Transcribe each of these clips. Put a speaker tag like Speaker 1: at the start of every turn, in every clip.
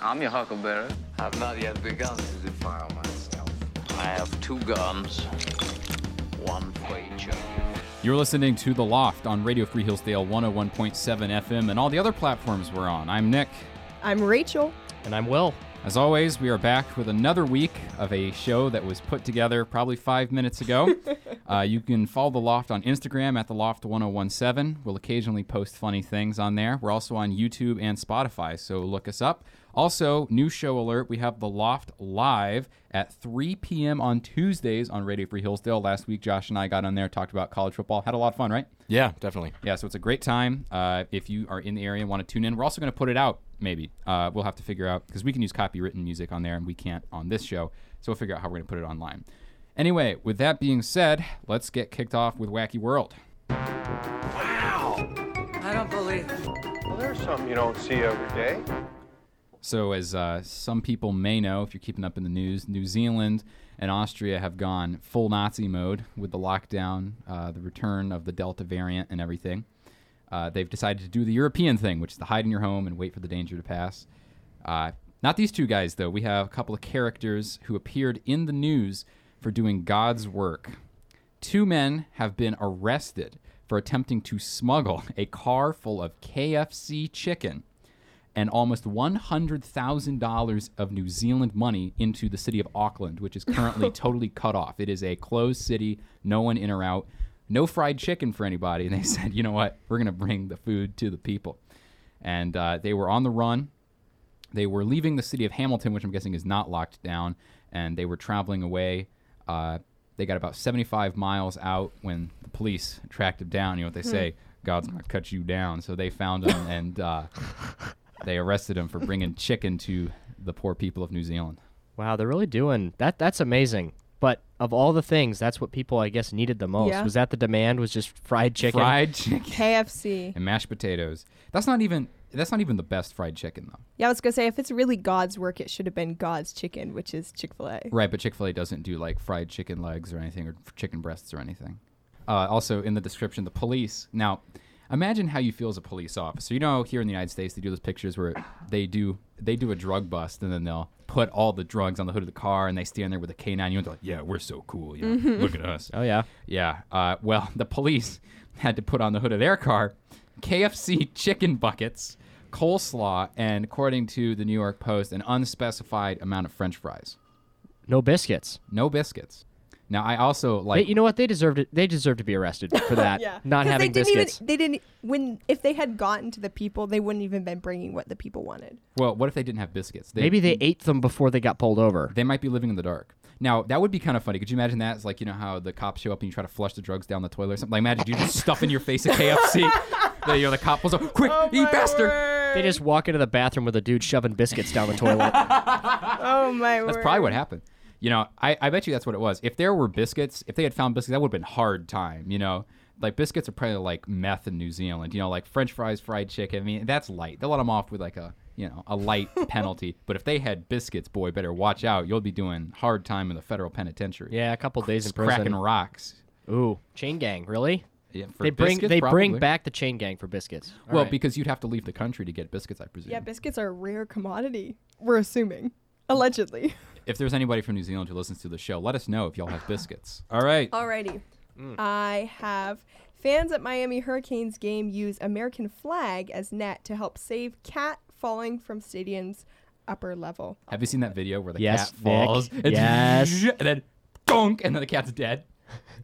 Speaker 1: I'm your huckleberry.
Speaker 2: I've not yet begun to defile myself. I have two guns, one for each of
Speaker 3: You're listening to The Loft on Radio Free Hillsdale 101.7 FM and all the other platforms we're on. I'm Nick.
Speaker 4: I'm Rachel.
Speaker 5: And I'm Will.
Speaker 3: As always, we are back with another week of a show that was put together probably five minutes ago. uh, you can follow The Loft on Instagram at The Loft 1017. We'll occasionally post funny things on there. We're also on YouTube and Spotify, so look us up. Also, new show alert we have The Loft live at 3 p.m. on Tuesdays on Radio Free Hillsdale. Last week, Josh and I got on there, talked about college football, had a lot of fun, right?
Speaker 5: Yeah, definitely.
Speaker 3: Yeah, so it's a great time. Uh, if you are in the area and want to tune in, we're also going to put it out, maybe. Uh, we'll have to figure out because we can use copywritten music on there and we can't on this show. So we'll figure out how we're going to put it online. Anyway, with that being said, let's get kicked off with Wacky World.
Speaker 2: you. I don't believe it.
Speaker 6: Well, there's something you don't see every day.
Speaker 3: So, as uh, some people may know, if you're keeping up in the news, New Zealand and Austria have gone full Nazi mode with the lockdown, uh, the return of the Delta variant, and everything. Uh, they've decided to do the European thing, which is to hide in your home and wait for the danger to pass. Uh, not these two guys, though. We have a couple of characters who appeared in the news for doing God's work. Two men have been arrested for attempting to smuggle a car full of KFC chicken and almost $100,000 of New Zealand money into the city of Auckland, which is currently totally cut off. It is a closed city, no one in or out, no fried chicken for anybody. And they said, you know what? We're going to bring the food to the people. And uh, they were on the run. They were leaving the city of Hamilton, which I'm guessing is not locked down, and they were traveling away. Uh, they got about 75 miles out when the police tracked them down. You know what they say? God's going to cut you down. So they found them and uh, they arrested him for bringing chicken to the poor people of New Zealand.
Speaker 5: Wow, they're really doing that. That's amazing. But of all the things, that's what people, I guess, needed the most.
Speaker 4: Yeah.
Speaker 5: Was that the demand? Was just fried chicken?
Speaker 3: Fried chicken
Speaker 4: KFC.
Speaker 3: and mashed potatoes. That's not even that's not even the best fried chicken though.
Speaker 4: Yeah, I was gonna say if it's really God's work, it should have been God's chicken, which is Chick Fil A.
Speaker 3: Right, but Chick-fil-A doesn't do like fried chicken legs or anything or chicken breasts or anything. Uh, also in the description, the police. Now, imagine how you feel as a police officer. You know, here in the United States, they do those pictures where they do they do a drug bust and then they'll put all the drugs on the hood of the car and they stand there with a canine. You know, they're like, yeah, we're so cool. You know, look at us.
Speaker 5: Oh yeah.
Speaker 3: Yeah. Uh, well, the police had to put on the hood of their car KFC chicken buckets, coleslaw, and according to the New York Post, an unspecified amount of French fries.
Speaker 5: No biscuits.
Speaker 3: No biscuits. Now, I also
Speaker 5: They-
Speaker 3: like.
Speaker 5: you know what? They deserved it. They deserve to be arrested for that.
Speaker 4: Yeah.
Speaker 5: Not
Speaker 4: 'Cause
Speaker 5: having
Speaker 4: they didn't
Speaker 5: biscuits.
Speaker 4: Even, they didn't. When if they had gotten to the people, they wouldn't even been bringing what the people wanted.
Speaker 3: well, what if they didn't have biscuits? They,
Speaker 5: Maybe they ate them before they got pulled over.
Speaker 3: they might be living in the dark. Now that would be kind of funny. Could you imagine that? It's like you know how the cops show up and you try to flush the drugs down the toilet or something. Like imagine you just stuff in your face a KFC. the, you know, the cop pulls up, quick,
Speaker 5: Oh
Speaker 3: eat faster.
Speaker 5: They just walk into the bathroom with a dude shoving biscuits down the toilet.
Speaker 4: Oh my
Speaker 3: That's probably
Speaker 5: um,
Speaker 3: what happened. You know, I, I bet you that's what it was. If there were biscuits, if they had found biscuits, that would have been hard time, you know? Like biscuits are probably like meth in New Zealand, you know, like French fries, fried chicken. I mean, that's light. They'll let them off with like a, you know, a light penalty. But if they had biscuits, boy, better watch out. You'll be doing hard time in the federal penitentiary.
Speaker 5: yeah, a couple days in
Speaker 3: It's cracking
Speaker 5: prison.
Speaker 3: rocks.
Speaker 5: Ooh, chain gang, really?
Speaker 3: Yeah, for
Speaker 5: they bring
Speaker 3: biscuits,
Speaker 5: they
Speaker 3: probably.
Speaker 5: bring back the chain gang for biscuits. All
Speaker 3: Well,
Speaker 5: right.
Speaker 3: because you'd have to leave the country to get biscuits, I presume.
Speaker 4: Yeah, biscuits are a rare commodity. We're assuming, allegedly.
Speaker 3: if there's anybody from New Zealand who listens to the show, let us know if y'all have biscuits. All right.
Speaker 4: Alrighty.
Speaker 5: Mm.
Speaker 4: I have fans at Miami Hurricanes game use American flag as net to help save cat falling from stadium's upper level.
Speaker 3: Have you seen that video where the
Speaker 5: Yes,
Speaker 3: cat falls?
Speaker 5: Vic.
Speaker 3: and
Speaker 5: Yes.
Speaker 3: And then donk, and then the cat's dead.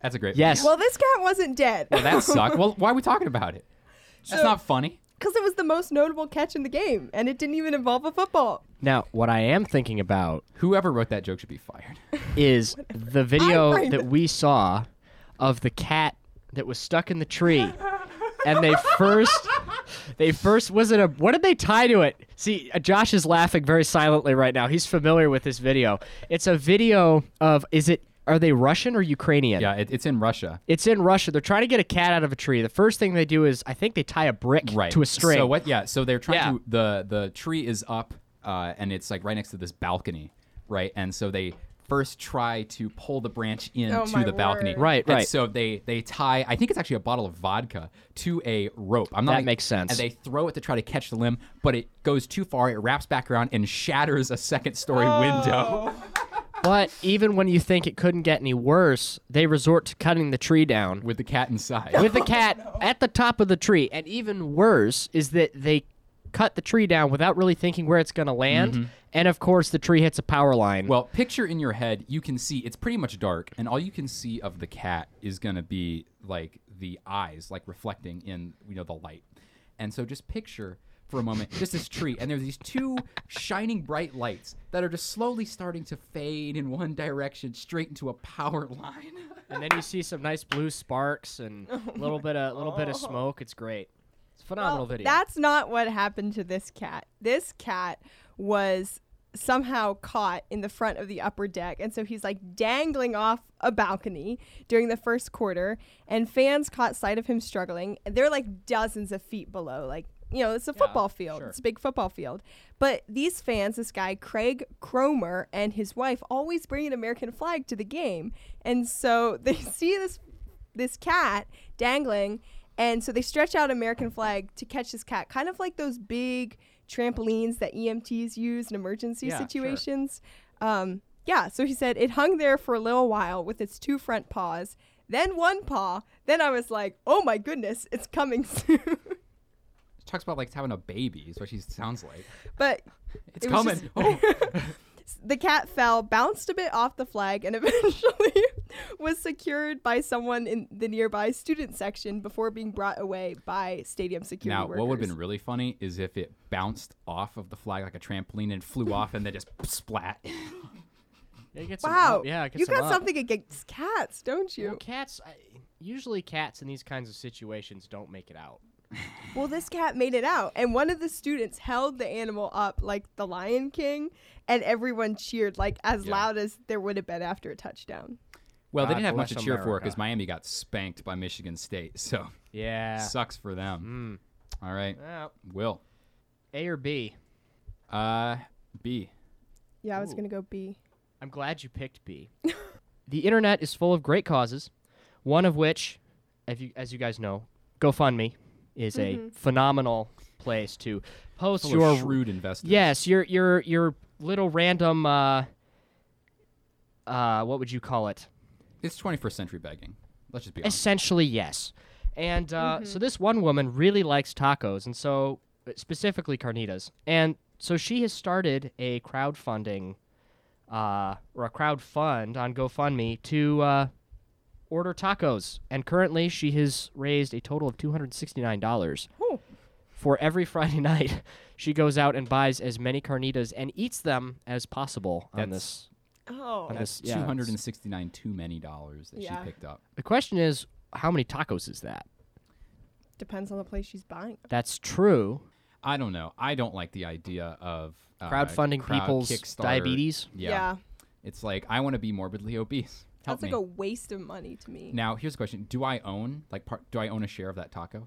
Speaker 3: That's a great.
Speaker 5: yes.
Speaker 4: Well, this cat wasn't dead.
Speaker 3: Well, that sucked. Well, why are we talking about it? That's
Speaker 4: So-
Speaker 3: not funny.
Speaker 4: Because it was the most notable catch in the game, and it didn't even involve a football.
Speaker 5: now, what I am thinking about
Speaker 3: Whoever wrote that joke should be fired.
Speaker 5: is the video
Speaker 4: framed
Speaker 5: that
Speaker 4: it.
Speaker 5: we saw of the cat that was stuck in the tree. And they first, they first was it a what did they tie to it? See, uh, Josh is laughing very silently right now. He's familiar with this video. It's a video of is it are they Russian or Ukrainian?
Speaker 3: Yeah, it, it's in Russia.
Speaker 5: It's in Russia. They're trying to get a cat out of a tree. The first thing they do is I think they tie a brick
Speaker 3: Right.
Speaker 5: to a string.
Speaker 3: So what? Yeah. So they're trying
Speaker 5: Yeah.
Speaker 3: to the the tree is up, uh, and it's like right next to this balcony, right? And so they first try to pull the branch in
Speaker 4: Oh,
Speaker 3: to
Speaker 4: my
Speaker 3: the balcony.
Speaker 4: word.
Speaker 5: Right,
Speaker 3: And
Speaker 5: right.
Speaker 3: So they they tie. I think it's actually a bottle of vodka to a rope. I'm not.
Speaker 5: That makes sense.
Speaker 3: And they throw it to try to catch the limb, but it goes too far. It wraps back around and shatters a second story
Speaker 4: Oh.
Speaker 3: window.
Speaker 5: But even when you think it couldn't get any worse, they resort to cutting the tree down
Speaker 3: with the cat inside.
Speaker 5: with the cat at the top of the tree. And even worse is that they cut the tree down without really thinking where it's going to land. And of course, the tree hits a power line.
Speaker 3: Well, picture in your head, you can see it's pretty much dark, and all you can see of the cat is gonna be like the eyes, like reflecting in you know the light. And so just picture for a moment just this tree, and there's these two shining bright lights that are just slowly starting to fade in one direction, straight into a power line.
Speaker 5: and then you see some nice blue sparks and a little bit of little bit of smoke. It's great. It's a phenomenal
Speaker 4: Oh Well,
Speaker 5: video.
Speaker 4: That's not what happened to this cat. This cat was somehow caught in the front of the upper deck and so he's like dangling off a balcony during the first quarter and fans caught sight of him struggling and they're like dozens of feet below like you know it's a football field
Speaker 3: sure.
Speaker 4: it's a big football field but these fans this guy Craig Cromer and his wife always bring an American flag to the game and so they see this this cat dangling and so they stretch out american flag to catch this cat kind of like those big trampolines that emts use in emergency
Speaker 5: Yeah, sure.
Speaker 4: situations um, yeah so he said it hung there for a little while with its two front paws then one paw then i was like oh my goodness it's coming soon
Speaker 3: She talks about like having a baby is what she sounds like.
Speaker 4: but
Speaker 3: It's
Speaker 4: It was
Speaker 3: coming.
Speaker 4: just-
Speaker 3: Oh.
Speaker 4: the cat fell, bounced a bit off the flag, and eventually was secured by someone in the nearby student section before being brought away by stadium security
Speaker 3: Now, what would have
Speaker 4: workers.
Speaker 3: been really funny is if it bounced off of the flag like a trampoline and flew off and then just splat.
Speaker 5: yeah, you get some
Speaker 4: Wow!
Speaker 5: up- Yeah, it gets
Speaker 4: you
Speaker 5: some
Speaker 4: got
Speaker 5: up.
Speaker 4: something against cats, don't
Speaker 5: Well,
Speaker 4: you?
Speaker 5: cats. I, usually, cats in these kinds of situations don't make it out.
Speaker 4: Well, this cat made it out, and one of the students held the animal up like the Lion King, and everyone cheered like as
Speaker 3: Yeah.
Speaker 4: loud as there would have been after a touchdown.
Speaker 3: Well, they
Speaker 5: God
Speaker 3: didn't have much to
Speaker 5: bless
Speaker 3: cheer for because
Speaker 5: America.
Speaker 3: Miami got spanked by Michigan State. So
Speaker 5: Yeah. Mm.
Speaker 3: sucks for them. All right,
Speaker 5: Well,
Speaker 3: Will.
Speaker 5: a or B.
Speaker 3: Uh, B.
Speaker 4: Yeah, I was
Speaker 5: Ooh.
Speaker 4: gonna go B.
Speaker 5: I'm glad you picked B. the internet is full of great causes, one of which, if you, as you guys know, GoFundMe is a phenomenal place to post
Speaker 3: Full
Speaker 5: your
Speaker 3: of shrewd investors.
Speaker 5: yes your your your little random uh uh what would you call it
Speaker 3: it's 21st century begging. Let's just be honest.
Speaker 5: Essentially, yes. And uh, so this one woman really likes tacos, and so uh, specifically carnitas. And so she has started a crowdfunding uh, or a crowdfund on GoFundMe to uh, order tacos. And currently, she has raised a total of $269 for every Friday night. She goes out and buys as many carnitas and eats them as possible on
Speaker 3: That's-
Speaker 5: this.
Speaker 4: Oh,
Speaker 5: On
Speaker 3: That's
Speaker 5: this, yeah, it's-
Speaker 3: 269 too many dollars that
Speaker 4: Yeah.
Speaker 3: she picked up.
Speaker 5: The question is, how many tacos is that?
Speaker 4: depends on the place she's buying.
Speaker 5: That's true.
Speaker 3: I don't know. I don't like the idea of uh,
Speaker 5: crowdfunding
Speaker 3: crowd
Speaker 5: people's
Speaker 3: Kickstarter.
Speaker 5: diabetes.
Speaker 3: Yeah.
Speaker 4: Yeah.
Speaker 3: It's like I want to be morbidly obese. Help
Speaker 4: That's like
Speaker 3: me.
Speaker 4: a waste of money to me.
Speaker 3: now, here's a question: Do I own like part? Do I own a share of that taco?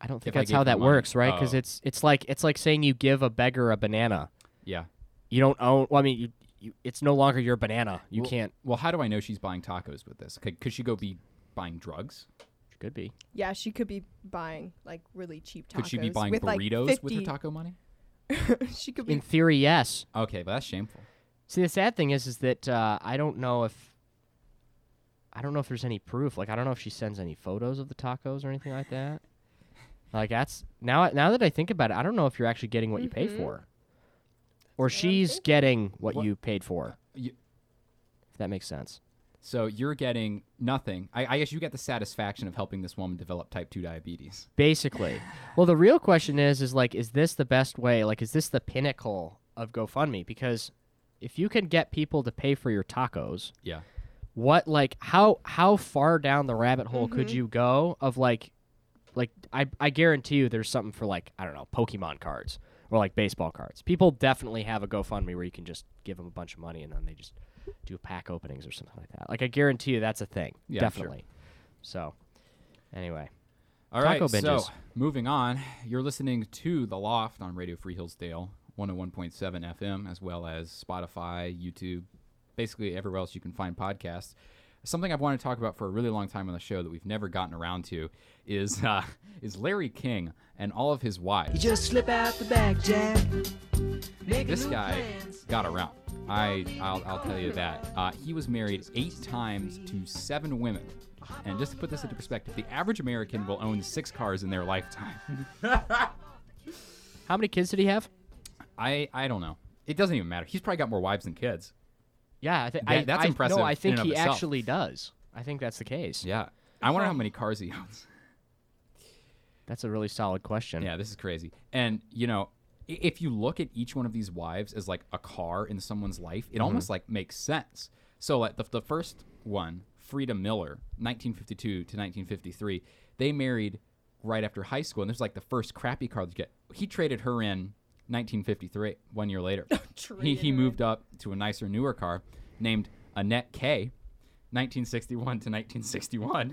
Speaker 5: I don't think
Speaker 3: If I
Speaker 5: that's
Speaker 3: gave
Speaker 5: how
Speaker 3: you
Speaker 5: that
Speaker 3: money.
Speaker 5: works, right? Because
Speaker 3: Oh.
Speaker 5: it's it's like it's like saying you give a beggar a banana.
Speaker 3: Yeah.
Speaker 5: You don't own. Well, I mean, you, you it's no longer your banana. You
Speaker 3: Well-
Speaker 5: can't.
Speaker 3: Well, how do I know she's buying tacos with this? Could, could she go be buying drugs?
Speaker 5: Could be.
Speaker 4: Yeah, she could be buying like really cheap tacos.
Speaker 3: Could she be buying
Speaker 4: with, like,
Speaker 3: burritos
Speaker 4: 50,
Speaker 3: with her taco money?
Speaker 4: she could be.
Speaker 5: In theory, yes.
Speaker 3: Okay, but that's shameful.
Speaker 5: See, the sad thing is, is that uh, I don't know if. I don't know if there's any proof. Like, I don't know if she sends any photos of the tacos or anything like that. Like that's now. Now that I think about it, I don't know if you're actually getting what you pay for, or she's getting what,
Speaker 3: What-
Speaker 5: you paid for.
Speaker 3: You,
Speaker 5: If that makes sense.
Speaker 3: so you're getting nothing. I, I guess you get the satisfaction of helping this woman develop type two diabetes.
Speaker 5: basically. Well, the real question is, is like, is this the best way? Like, is this the pinnacle of GoFundMe? Because if you can get people to pay for your tacos,
Speaker 3: Yeah.
Speaker 5: what like how how far down the rabbit hole could you go? Of like, like I I guarantee you, there's something for like I don't know, Pokemon cards or like baseball cards. People definitely have a GoFundMe where you can just give them a bunch of money and then they just do pack openings or something like that. Like I guarantee you, that's a thing.
Speaker 3: Yeah, sure.
Speaker 5: definitely. So, anyway.
Speaker 3: All right.
Speaker 5: Taco
Speaker 3: So
Speaker 5: binges.
Speaker 3: moving on, you're listening to The Loft oh on Radio Free Hillsdale, 101.7 FM, as well as Spotify, YouTube, basically everywhere else you can find podcasts. Something I've wanted to talk about for a really long time on the show that we've never gotten around to is uh, is Larry King and all of his wives.
Speaker 1: Just slip out the back, Jack. Make a
Speaker 3: this
Speaker 1: new
Speaker 3: guy
Speaker 1: plans.
Speaker 3: got around. I I'll, I'll tell you that uh, he was married eight times to seven women. And just to put this into perspective, the average American will own six cars in their lifetime.
Speaker 5: How many kids did he have?
Speaker 3: I I don't know. It doesn't even matter. He's probably got more wives than kids.
Speaker 5: Yeah, I think
Speaker 3: That- that's
Speaker 5: I,
Speaker 3: impressive
Speaker 5: No,
Speaker 3: in
Speaker 5: I
Speaker 3: and
Speaker 5: think
Speaker 3: of
Speaker 5: he
Speaker 3: itself.
Speaker 5: actually does. I think that's the case.
Speaker 3: Yeah. I wonder how many cars he owns.
Speaker 5: That's a really solid question.
Speaker 3: Yeah, this is crazy. And you know, i- if you look at each one of these wives as like a car in someone's life, it almost like makes sense. So like the, the first one, Frida Miller, 1952 to 1953, they married right after high school, and this was like the first crappy car that you get. He traded her in 1953, one year later. he he moved up to a nicer, newer car named Annette K. 1961 to 1961.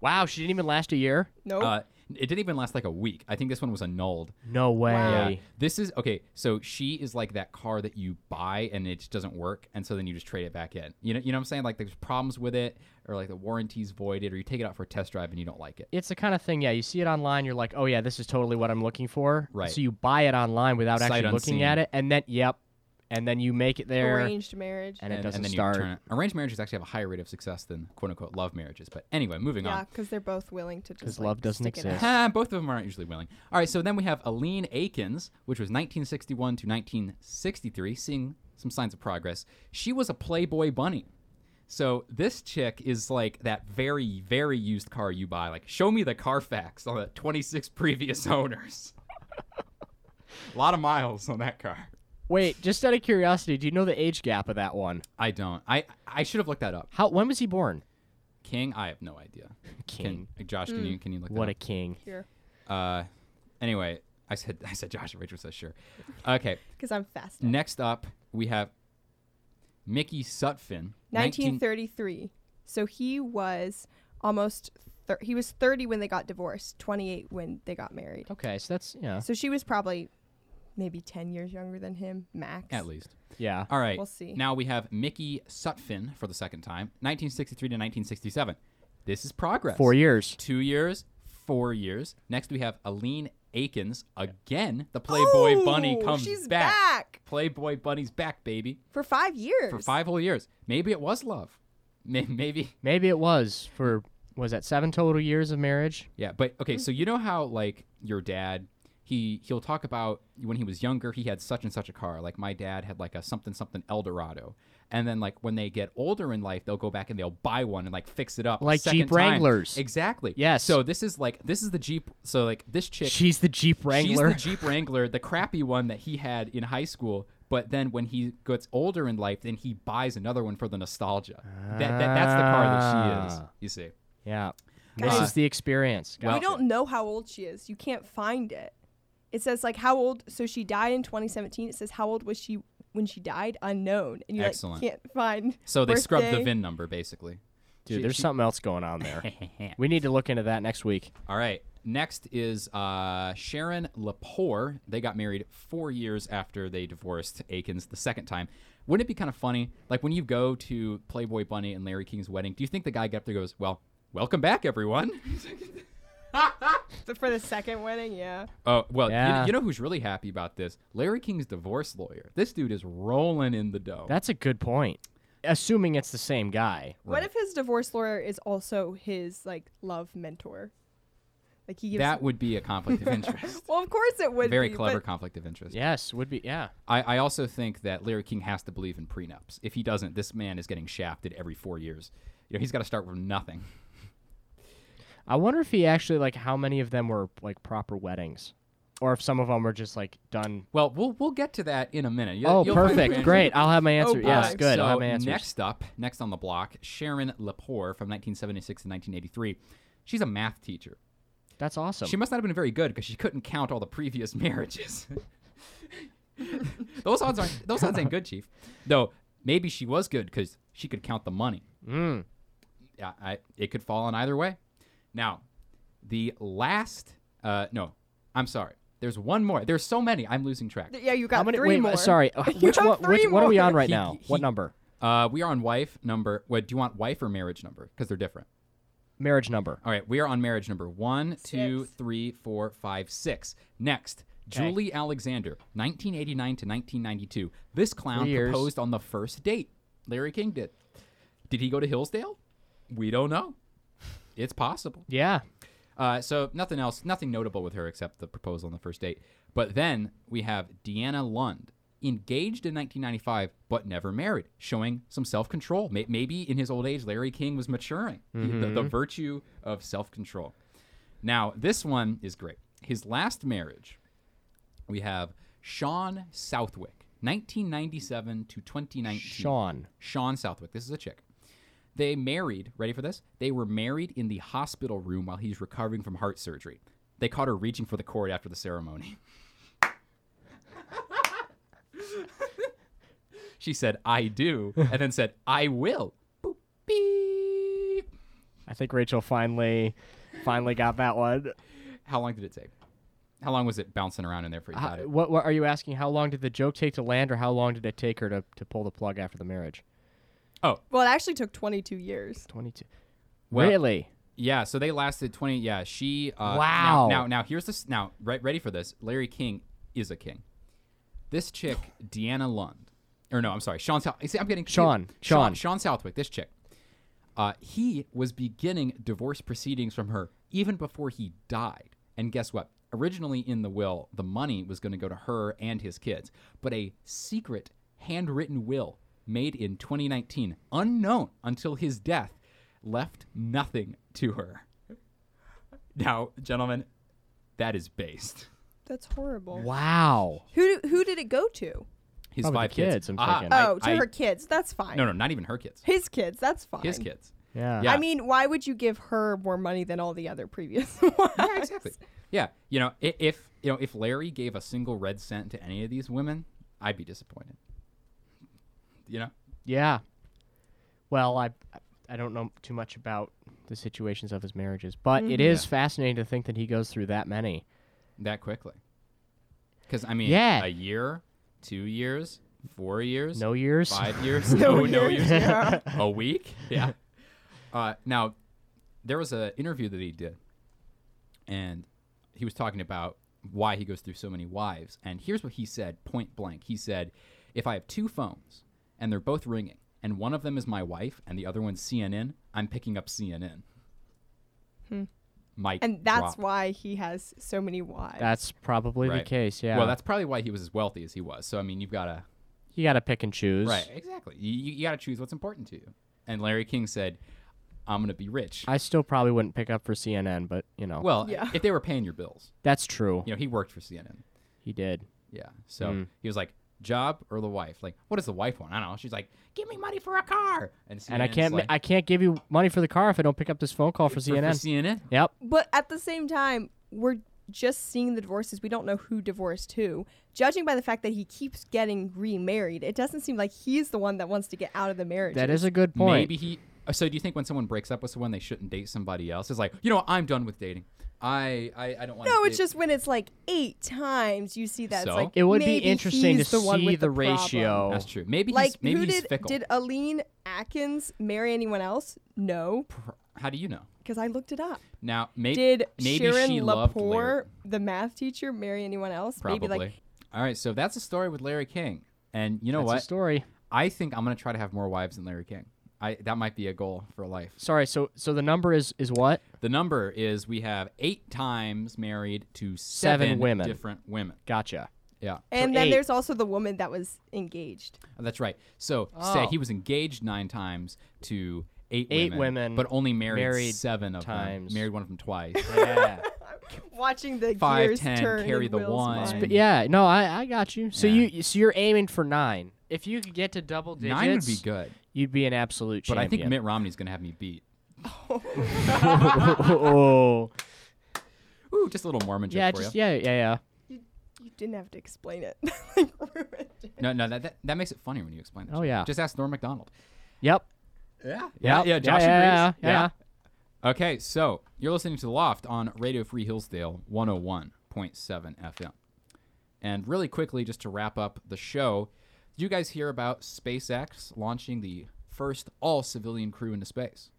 Speaker 5: Wow, she didn't even last a year.
Speaker 4: Nope.
Speaker 3: Uh, it didn't even last like a week. I think this one was annulled.
Speaker 5: No way.
Speaker 3: Yeah. This is okay. So she is like that car that you buy and it just doesn't work, and so then you just trade it back in. You know, you know what I'm saying? Like there's problems with it, or like the warranty's voided, or you take it out for a test drive and you don't like it.
Speaker 5: It's the kind of thing. Yeah, you see it online, you're like, oh yeah, this is totally what I'm looking for.
Speaker 3: Right.
Speaker 5: So you buy it online without
Speaker 3: Sight
Speaker 5: actually looking
Speaker 3: unseen.
Speaker 5: at it, and then yep, and then you make it there,
Speaker 4: Arranged marriage.
Speaker 5: and it doesn't
Speaker 3: then
Speaker 5: start.
Speaker 3: You turn it. Arranged marriages actually have a higher rate of success than quote unquote love marriages. But anyway, moving
Speaker 4: yeah,
Speaker 3: on.
Speaker 4: because they're both willing to just.
Speaker 5: 'Cause
Speaker 4: like,
Speaker 5: love doesn't
Speaker 4: stick it
Speaker 5: exist.
Speaker 4: out.
Speaker 3: Ah, both of them aren't usually willing. All right, so then we have Aline Akins, which was 1961 to 1963, seeing some signs of progress. She was a Playboy bunny. So this chick is like that very, very used car you buy. Like, show me the Carfax on the 26 previous owners. a lot of miles on that car.
Speaker 5: Wait, just out of curiosity, do you know the age gap of that one?
Speaker 3: I don't. I I should have looked that up.
Speaker 5: How? When was he born?
Speaker 3: King, I have no idea.
Speaker 5: King.
Speaker 3: Can, Josh, can you can you look that
Speaker 5: What a
Speaker 3: up?
Speaker 5: king.
Speaker 4: Here,
Speaker 3: uh, anyway, I said I said Josh and Rachel says sure. Okay.
Speaker 4: because I'm fast.
Speaker 3: Next up, we have Mickey Sutphin. 19
Speaker 4: 1933. So he was almost. Thir- he was 30 when they got divorced. 28 when they got married.
Speaker 5: Okay, so that's yeah,
Speaker 4: So she was probably maybe 10 years younger than him, max.
Speaker 3: At least.
Speaker 5: yeah.
Speaker 3: All right.
Speaker 4: We'll see.
Speaker 3: Now we have Mickey Sutphin for the second time, 1963 to 1967. This is progress.
Speaker 5: Four years.
Speaker 3: Two years, four years. Next we have Aline Akins. Again, the Playboy Bunny
Speaker 4: Oh,
Speaker 3: comes
Speaker 4: she's
Speaker 3: back.
Speaker 4: back.
Speaker 3: Playboy Bunny's back, baby.
Speaker 4: For five years.
Speaker 3: For five whole years. Maybe it was love. May- Maybe
Speaker 5: Maybe it was for was that seven total years of marriage?
Speaker 3: Yeah, but okay,
Speaker 5: Mm-hmm.
Speaker 3: so you know how like your dad, he he'll talk about when he was younger, he had such and such a car. Like my dad had like a something something Eldorado. And then like when they get older in life, they'll go back and they'll buy one and like fix it up. a
Speaker 5: Like
Speaker 3: second
Speaker 5: Jeep
Speaker 3: time.
Speaker 5: Wranglers.
Speaker 3: Exactly.
Speaker 5: Yes.
Speaker 3: So this is like this is the Jeep so like this chick
Speaker 5: She's the Jeep Wrangler.
Speaker 3: She's the Jeep Wrangler, the crappy one that he had in high school. But then when he gets older in life, then he buys another one for the nostalgia. That, that that's the car that she is.
Speaker 5: Ah.
Speaker 3: You see.
Speaker 5: yeah.
Speaker 4: Guys.
Speaker 5: Misses the experience.
Speaker 3: Well-
Speaker 4: we don't know how old she is. You can't find it. It says like how old. So she died in 2017. It says how old was she when she died? Unknown. And you
Speaker 3: Excellent.
Speaker 4: like can't find.
Speaker 3: So they scrubbed the
Speaker 4: birthday.
Speaker 3: VIN number basically.
Speaker 5: Dude,
Speaker 3: She-
Speaker 5: there's
Speaker 3: she-
Speaker 5: something else going on there. we need to look into that next week.
Speaker 3: All right. Next is uh, Sharon Lepore. They got married four years after they divorced Akins the second time. Wouldn't it be kind of funny? Like when you go to Playboy Bunny and Larry King's wedding, do you think the guy got up there and goes, Well, welcome back, everyone?
Speaker 4: But for the second wedding, yeah.
Speaker 3: Oh, well, you-
Speaker 5: Yeah.
Speaker 3: you, know who's really happy about this? Larry King's divorce lawyer. This dude is rolling in the dough.
Speaker 5: That's a good point. Assuming it's the same guy.
Speaker 4: What if his divorce lawyer is also his like love mentor? Like he gives.
Speaker 3: that would be a conflict of interest.
Speaker 4: well, of course it would.
Speaker 3: Very
Speaker 4: be,
Speaker 3: clever
Speaker 4: but
Speaker 3: conflict of interest.
Speaker 5: Yes, would be yeah.
Speaker 3: I, I also think that Larry King has to believe in prenups. If he doesn't, this man is getting shafted every four years. You know, he's got to start from nothing.
Speaker 5: I wonder if he actually like how many of them were like proper weddings. Or if some of them were just like done.
Speaker 3: Well, we'll we'll get to that in a minute. You-
Speaker 5: Oh,
Speaker 3: you'll find your
Speaker 5: perfect.
Speaker 3: answer.
Speaker 5: Great. I'll have my answer.
Speaker 4: Oh,
Speaker 5: yes,
Speaker 4: boy.
Speaker 5: good.
Speaker 3: So
Speaker 5: I'll have my answer.
Speaker 3: next up, next on the block, Sharon Lepore from 1976 to 1983. She's a math teacher.
Speaker 5: That's awesome.
Speaker 3: She must not have been very good because she couldn't count all the previous marriages. those odds aren't those odds ain't good, Chief. Though maybe she was good because she could count the money.
Speaker 5: Mm.
Speaker 3: I, I, it could fall in either way. Now, the last, uh, no, I'm sorry. There's one more. There's so many. I'm losing track.
Speaker 4: Yeah, you got
Speaker 5: How many?
Speaker 4: three
Speaker 5: wait,
Speaker 4: more.
Speaker 5: sorry. Uh,
Speaker 4: You
Speaker 5: Which
Speaker 4: have
Speaker 5: one?
Speaker 4: three
Speaker 5: Which, what are we
Speaker 4: more.
Speaker 5: on right
Speaker 3: He-
Speaker 5: now?
Speaker 3: he-
Speaker 5: what number?
Speaker 3: Uh, we are on wife number. What do you want? Wife or marriage number? Because they're different.
Speaker 5: Marriage number.
Speaker 3: All right, we are on marriage number one, two, three, four, five, six. Next, Julie Alexander, 1989 to 1992. This clown
Speaker 5: Three years.
Speaker 3: proposed on the first date. Larry King did. Did he go to Hillsdale? We don't know. It's possible.
Speaker 5: Yeah.
Speaker 3: Uh, so nothing else, nothing notable with her except the proposal on the first date. But then we have Deanna Lund, engaged in 1995 but never married, showing some self-control. May- Maybe in his old age, Larry King was maturing. The, the virtue of self-control. Now this one is great. His last marriage, we have Sean Southwick, 1997 to 2019.
Speaker 5: Sean.
Speaker 3: Sean Southwick. This is a chick. They married, ready for this? They were married in the hospital room while he's recovering from heart surgery. They caught her reaching for the cord after the ceremony. she said, I do, and then said, I will. Boop, beep.
Speaker 5: I think Rachel finally, finally got that one.
Speaker 3: How long did it take? How long was it bouncing around in there for you?
Speaker 5: How,
Speaker 3: got it?
Speaker 5: what, what are you asking? How long did the joke take to land, or how long did it take her to, to pull the plug after the marriage?
Speaker 4: Well, it actually took 22 years.
Speaker 5: Twenty-two.
Speaker 3: Well-
Speaker 5: really?
Speaker 3: Yeah, so they lasted 20. Yeah, she. Uh,
Speaker 5: Wow.
Speaker 3: Now, now, now here's this. Now, re- ready for this? Larry King is a king. This chick, Deanna Lund, or no, I'm sorry, Sean. South- see, I'm getting confused.
Speaker 5: Sean, Sean.
Speaker 3: Sean, Sean Southwick. This chick. Uh, he was beginning divorce proceedings from her even before he died. And guess what? Originally in the will, the money was going to go to her and his kids, but a secret handwritten will made in 2019, unknown until his death, left nothing to her. Now, gentlemen, that is based.
Speaker 4: That's horrible.
Speaker 5: Wow.
Speaker 4: Who who did it go to?
Speaker 3: His
Speaker 5: Probably the
Speaker 3: five
Speaker 5: kids, I'm
Speaker 3: Ah,
Speaker 5: thinking.
Speaker 3: I-
Speaker 4: Oh, to
Speaker 3: I-
Speaker 4: her kids. That's fine.
Speaker 3: No, no, not even her kids.
Speaker 4: His kids. That's fine.
Speaker 3: His kids.
Speaker 5: Yeah.
Speaker 3: Yeah.
Speaker 4: I mean, why would you give her more money than all the other previous ones?
Speaker 3: Yeah, exactly. Yeah, you know, i- if you know, if Larry gave a single red cent to any of these women, I'd be disappointed. You know,
Speaker 5: Yeah. Well, I I don't know too much about the situations of his marriages, but
Speaker 3: Mm-hmm.
Speaker 5: it is fascinating to think that he goes through that many.
Speaker 3: that quickly. Because I mean,
Speaker 5: Yeah.
Speaker 3: a year, two years, four years,
Speaker 5: No years.
Speaker 3: five years, no, Oh, no years, a week. Yeah. Uh, now, there was an interview that he did, and he was talking about why he goes through so many wives. And here's what he said point blank. He said, If I have two phones and they're both ringing, and one of them is my wife and the other one's CNN, I'm picking up CNN. Mike.
Speaker 4: Hmm. and that's
Speaker 3: drop.
Speaker 4: why he has so many wives.
Speaker 5: That's probably
Speaker 3: Right.
Speaker 5: the case. Yeah.
Speaker 3: Well, that's probably why he was as wealthy as he was. So, I mean, you've got to.
Speaker 5: you got to pick and choose.
Speaker 3: Right, exactly. You, you, you got to choose what's important to you. And Larry King said, I'm going to be rich.
Speaker 5: I still probably wouldn't pick up for CNN, but you know.
Speaker 3: well,
Speaker 4: Yeah.
Speaker 3: if they were paying your bills,
Speaker 5: that's true.
Speaker 3: you know, he worked for CNN.
Speaker 5: He did.
Speaker 3: Yeah. So
Speaker 5: Hmm.
Speaker 3: he was like, job or the wife? Like, what does the wife want? I don't know. She's like, give me money for a car. And, CNN's
Speaker 5: and I can't. ma-
Speaker 3: Like,
Speaker 5: I can't give you money for the car if I don't pick up this phone call for
Speaker 3: for, for
Speaker 5: CNN.
Speaker 3: CNN?
Speaker 5: yep.
Speaker 4: But at the same time, we're just seeing the divorces. We don't know who divorced who. Judging by the fact that he keeps getting remarried, it doesn't seem like he's the one that wants to get out of the marriage.
Speaker 5: That is a good point.
Speaker 3: Maybe he. uh, So do you think when someone breaks up with someone, they shouldn't date somebody else? It's like, you know, what? I'm done with dating. I, I, I don't want.
Speaker 4: No, it's just when it's like eight times you see that.
Speaker 3: So?
Speaker 4: It's like
Speaker 5: It would be
Speaker 4: maybe
Speaker 5: interesting to
Speaker 4: he's the one
Speaker 5: see
Speaker 4: with
Speaker 5: the,
Speaker 4: problem.
Speaker 5: ratio.
Speaker 3: That's true. Maybe
Speaker 4: Like,
Speaker 3: he's maybe
Speaker 4: who
Speaker 3: he's
Speaker 4: did
Speaker 3: fickle.
Speaker 4: did Aline Atkins marry anyone else? No,
Speaker 3: How do you know?
Speaker 4: because I looked it up.
Speaker 3: Now, maybe
Speaker 4: Did
Speaker 3: maybe
Speaker 4: Sharon
Speaker 3: she loved Larry.
Speaker 4: Lepore, the math teacher, marry anyone else?
Speaker 3: Probably.
Speaker 4: Maybe like
Speaker 3: All right. So that's a story with Larry King. And you know
Speaker 5: That's a
Speaker 3: what?
Speaker 5: story.
Speaker 3: I think I'm gonna try to have more wives than Larry King. I that might be a goal for life.
Speaker 5: Sorry. So so the number is is what?
Speaker 3: The number is we have eight times married to
Speaker 5: Seven
Speaker 3: seven,
Speaker 5: women.
Speaker 3: different women.
Speaker 5: Gotcha.
Speaker 3: Yeah,
Speaker 4: And then
Speaker 5: eight.
Speaker 4: there's also the woman that was engaged.
Speaker 3: that's right. So say
Speaker 5: Oh.
Speaker 3: he was engaged nine times to eight
Speaker 5: Eight
Speaker 3: women,
Speaker 5: women,
Speaker 3: but only married,
Speaker 5: married
Speaker 3: seven of
Speaker 5: times.
Speaker 3: them. Married one of them twice.
Speaker 5: Yeah.
Speaker 4: Watching the
Speaker 3: Five,
Speaker 4: gears
Speaker 3: 10,
Speaker 4: turn
Speaker 3: carry
Speaker 4: in
Speaker 3: the
Speaker 4: Will's
Speaker 3: one.
Speaker 4: mind.
Speaker 5: but yeah. No, I I got you. So
Speaker 3: Yeah.
Speaker 5: you so you're aiming for nine. If you could get to double digits,
Speaker 3: Nine would be good,
Speaker 5: You'd be an absolute
Speaker 3: but I think
Speaker 5: champion.
Speaker 3: Mitt Romney's gonna have me beat.
Speaker 5: oh.
Speaker 3: Ooh, just a little Mormon joke
Speaker 5: Yeah.
Speaker 3: for
Speaker 5: Just
Speaker 3: you.
Speaker 5: yeah. Yeah. Yeah.
Speaker 4: You didn't have to explain it. Like, ruined it.
Speaker 3: No, no, that, that that makes it funny when you explain that.
Speaker 5: Oh,
Speaker 3: shit.
Speaker 5: yeah.
Speaker 3: just ask Norm Macdonald.
Speaker 5: Yep.
Speaker 3: Yeah, yeah,
Speaker 5: Yep.
Speaker 3: yeah. Josh
Speaker 5: yeah,
Speaker 3: agrees.
Speaker 5: yeah, yeah.
Speaker 3: Okay, so you're listening to The Loft on Radio Free Hillsdale 101. 106.7 FM. And really quickly, just to wrap up the show, did you guys hear about SpaceX launching the first all civilian crew into space?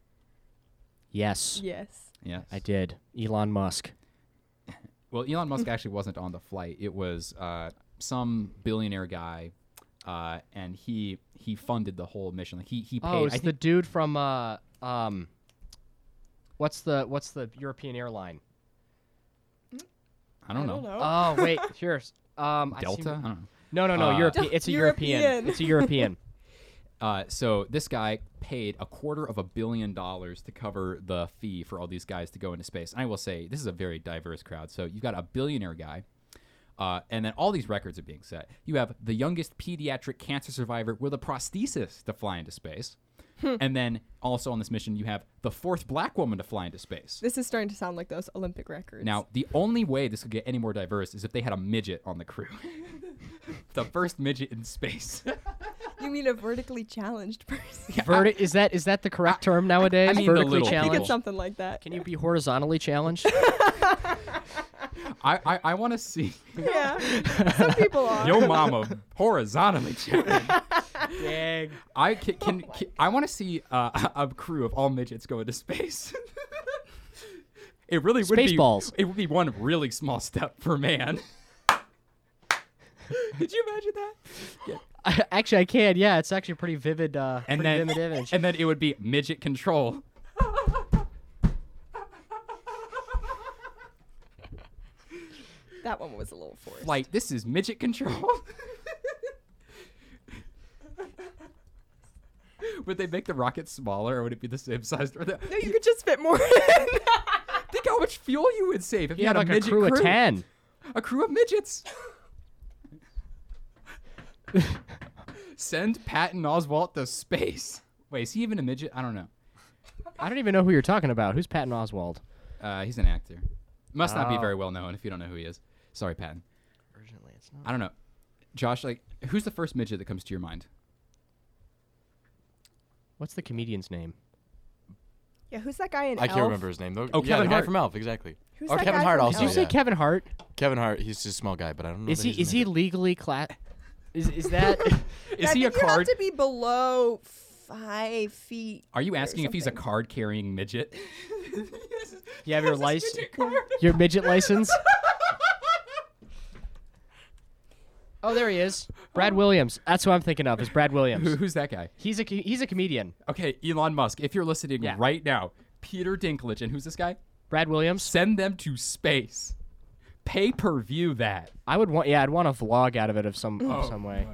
Speaker 5: Yes,
Speaker 4: Yes.
Speaker 3: Yes.
Speaker 5: I did. Elon Musk.
Speaker 3: Well, Elon Musk actually wasn't on the flight. It was uh, some billionaire guy, uh, and he he funded the whole mission. Like he he paid.
Speaker 5: Oh, it's
Speaker 3: I
Speaker 5: the
Speaker 3: think
Speaker 5: dude from uh um. What's the what's the European airline?
Speaker 3: I don't know. Uh,
Speaker 5: Oh wait, sure. Um, I seem-
Speaker 3: Delta. I don't know.
Speaker 5: No, no, no.
Speaker 3: Uh,
Speaker 5: European. It's a European.
Speaker 4: European.
Speaker 5: It's a European.
Speaker 3: Uh, so this guy paid a quarter of a billion dollars to cover the fee for all these guys to go into space. And I will say, this is a very diverse crowd. So you've got a billionaire guy, uh, and then all these records are being set. You have the youngest pediatric cancer survivor with a prosthesis to fly into space. and then also on this mission, you have the fourth black woman to fly into space.
Speaker 4: This is starting to sound like those Olympic records.
Speaker 3: Now, the only way this could get any more diverse is if they had a midget on the crew. the first midget in space.
Speaker 4: You mean a vertically challenged person?
Speaker 5: Verti- is that is that the correct term nowadays?
Speaker 3: mean the
Speaker 5: Vertically
Speaker 3: little
Speaker 4: You
Speaker 5: challenged.
Speaker 4: get something like that.
Speaker 5: Can you be horizontally challenged?
Speaker 3: I, I, I want to see
Speaker 4: Yeah. Some people are.
Speaker 3: Yo mama horizontally challenged. I can, can,
Speaker 5: Oh
Speaker 3: can- I want to see uh, a a crew of all midgets go into space. it really would be
Speaker 5: Spaceballs.
Speaker 3: It would be one really small step for man. Did you imagine that?
Speaker 5: I- actually, I can. Yeah, it's actually a pretty vivid. Uh,
Speaker 3: And
Speaker 5: pretty
Speaker 3: then
Speaker 5: vivid image.
Speaker 3: and then it would be midget control.
Speaker 4: That one was a little forced.
Speaker 3: Like this is midget control. would they make the rocket smaller, or would it be the same size? Or the-
Speaker 4: no, Oh, you could just fit more in.
Speaker 3: Think how much fuel you would save if you
Speaker 5: yeah,
Speaker 3: had
Speaker 5: like
Speaker 3: a midget
Speaker 5: crew, of ten.
Speaker 3: a crew of midgets. Send Patton Oswalt to space. Wait, is he even a midget? I don't know.
Speaker 5: I don't even know who you're talking about. Who's Patton Oswald?
Speaker 3: Uh, he's an actor. Must not be
Speaker 5: Oh.
Speaker 3: very well known if you don't know who he is. Sorry, Patton.
Speaker 5: Urgently, it's not.
Speaker 3: I don't know. Josh, like, who's the first midget that comes to your mind?
Speaker 5: What's the comedian's name?
Speaker 4: yeah, who's that guy in
Speaker 7: I
Speaker 4: Elf?
Speaker 7: can't remember his name though.
Speaker 3: Oh,
Speaker 7: yeah,
Speaker 3: Kevin
Speaker 7: the guy
Speaker 3: Hart.
Speaker 7: from Elf, exactly.
Speaker 4: Who's
Speaker 3: Oh,
Speaker 7: or
Speaker 4: that
Speaker 7: Kevin
Speaker 4: guy
Speaker 7: Hart
Speaker 4: from
Speaker 7: also.
Speaker 5: Did you
Speaker 4: Elf?
Speaker 7: yeah.
Speaker 5: say Kevin Hart?
Speaker 7: Kevin Hart, he's just a small guy, but I don't know.
Speaker 5: Is
Speaker 7: that
Speaker 5: he
Speaker 7: he's
Speaker 5: is
Speaker 7: an
Speaker 5: he legally class? Is is that?
Speaker 3: Is
Speaker 4: I
Speaker 3: he a
Speaker 4: think you
Speaker 3: card?
Speaker 4: have to be below five feet.
Speaker 3: Are you
Speaker 4: or
Speaker 3: asking if he's a
Speaker 4: something.
Speaker 3: card carrying midget?
Speaker 5: you have your license, your midget license. oh, there he is, Brad Williams. That's who I'm thinking of. Is Brad
Speaker 3: Who,
Speaker 5: Williams?
Speaker 3: who's that guy?
Speaker 5: He's a co- he's a comedian.
Speaker 3: Okay, Elon Musk, if you're listening
Speaker 5: Yeah.
Speaker 3: right now, Peter Dinklage, and who's this guy?
Speaker 5: Brad Williams.
Speaker 3: Send them to space. Pay per view that.
Speaker 5: I would want yeah, I'd want a vlog out of it of some
Speaker 4: Oh.
Speaker 5: of some way.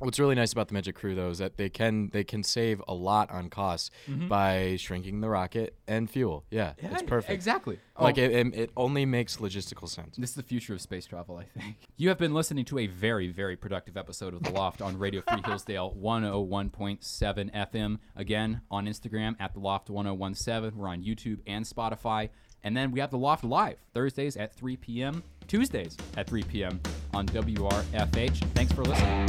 Speaker 7: What's really nice about the Midget Crew though is that they can they can save a lot on costs by shrinking the rocket and fuel. Yeah, it's perfect.
Speaker 3: Exactly.
Speaker 7: Like it, it, it only makes logistical sense.
Speaker 3: This is the future of space travel, I think. You have been listening to a very, very productive episode of The Loft on Radio Free Hillsdale 101.7 FM. Again, on Instagram at The Loft 1017. We're on YouTube and Spotify. And then we have The Loft live Thursdays at 3 p.m., Tuesdays at 3 p.m. on WRFH. Thanks for listening.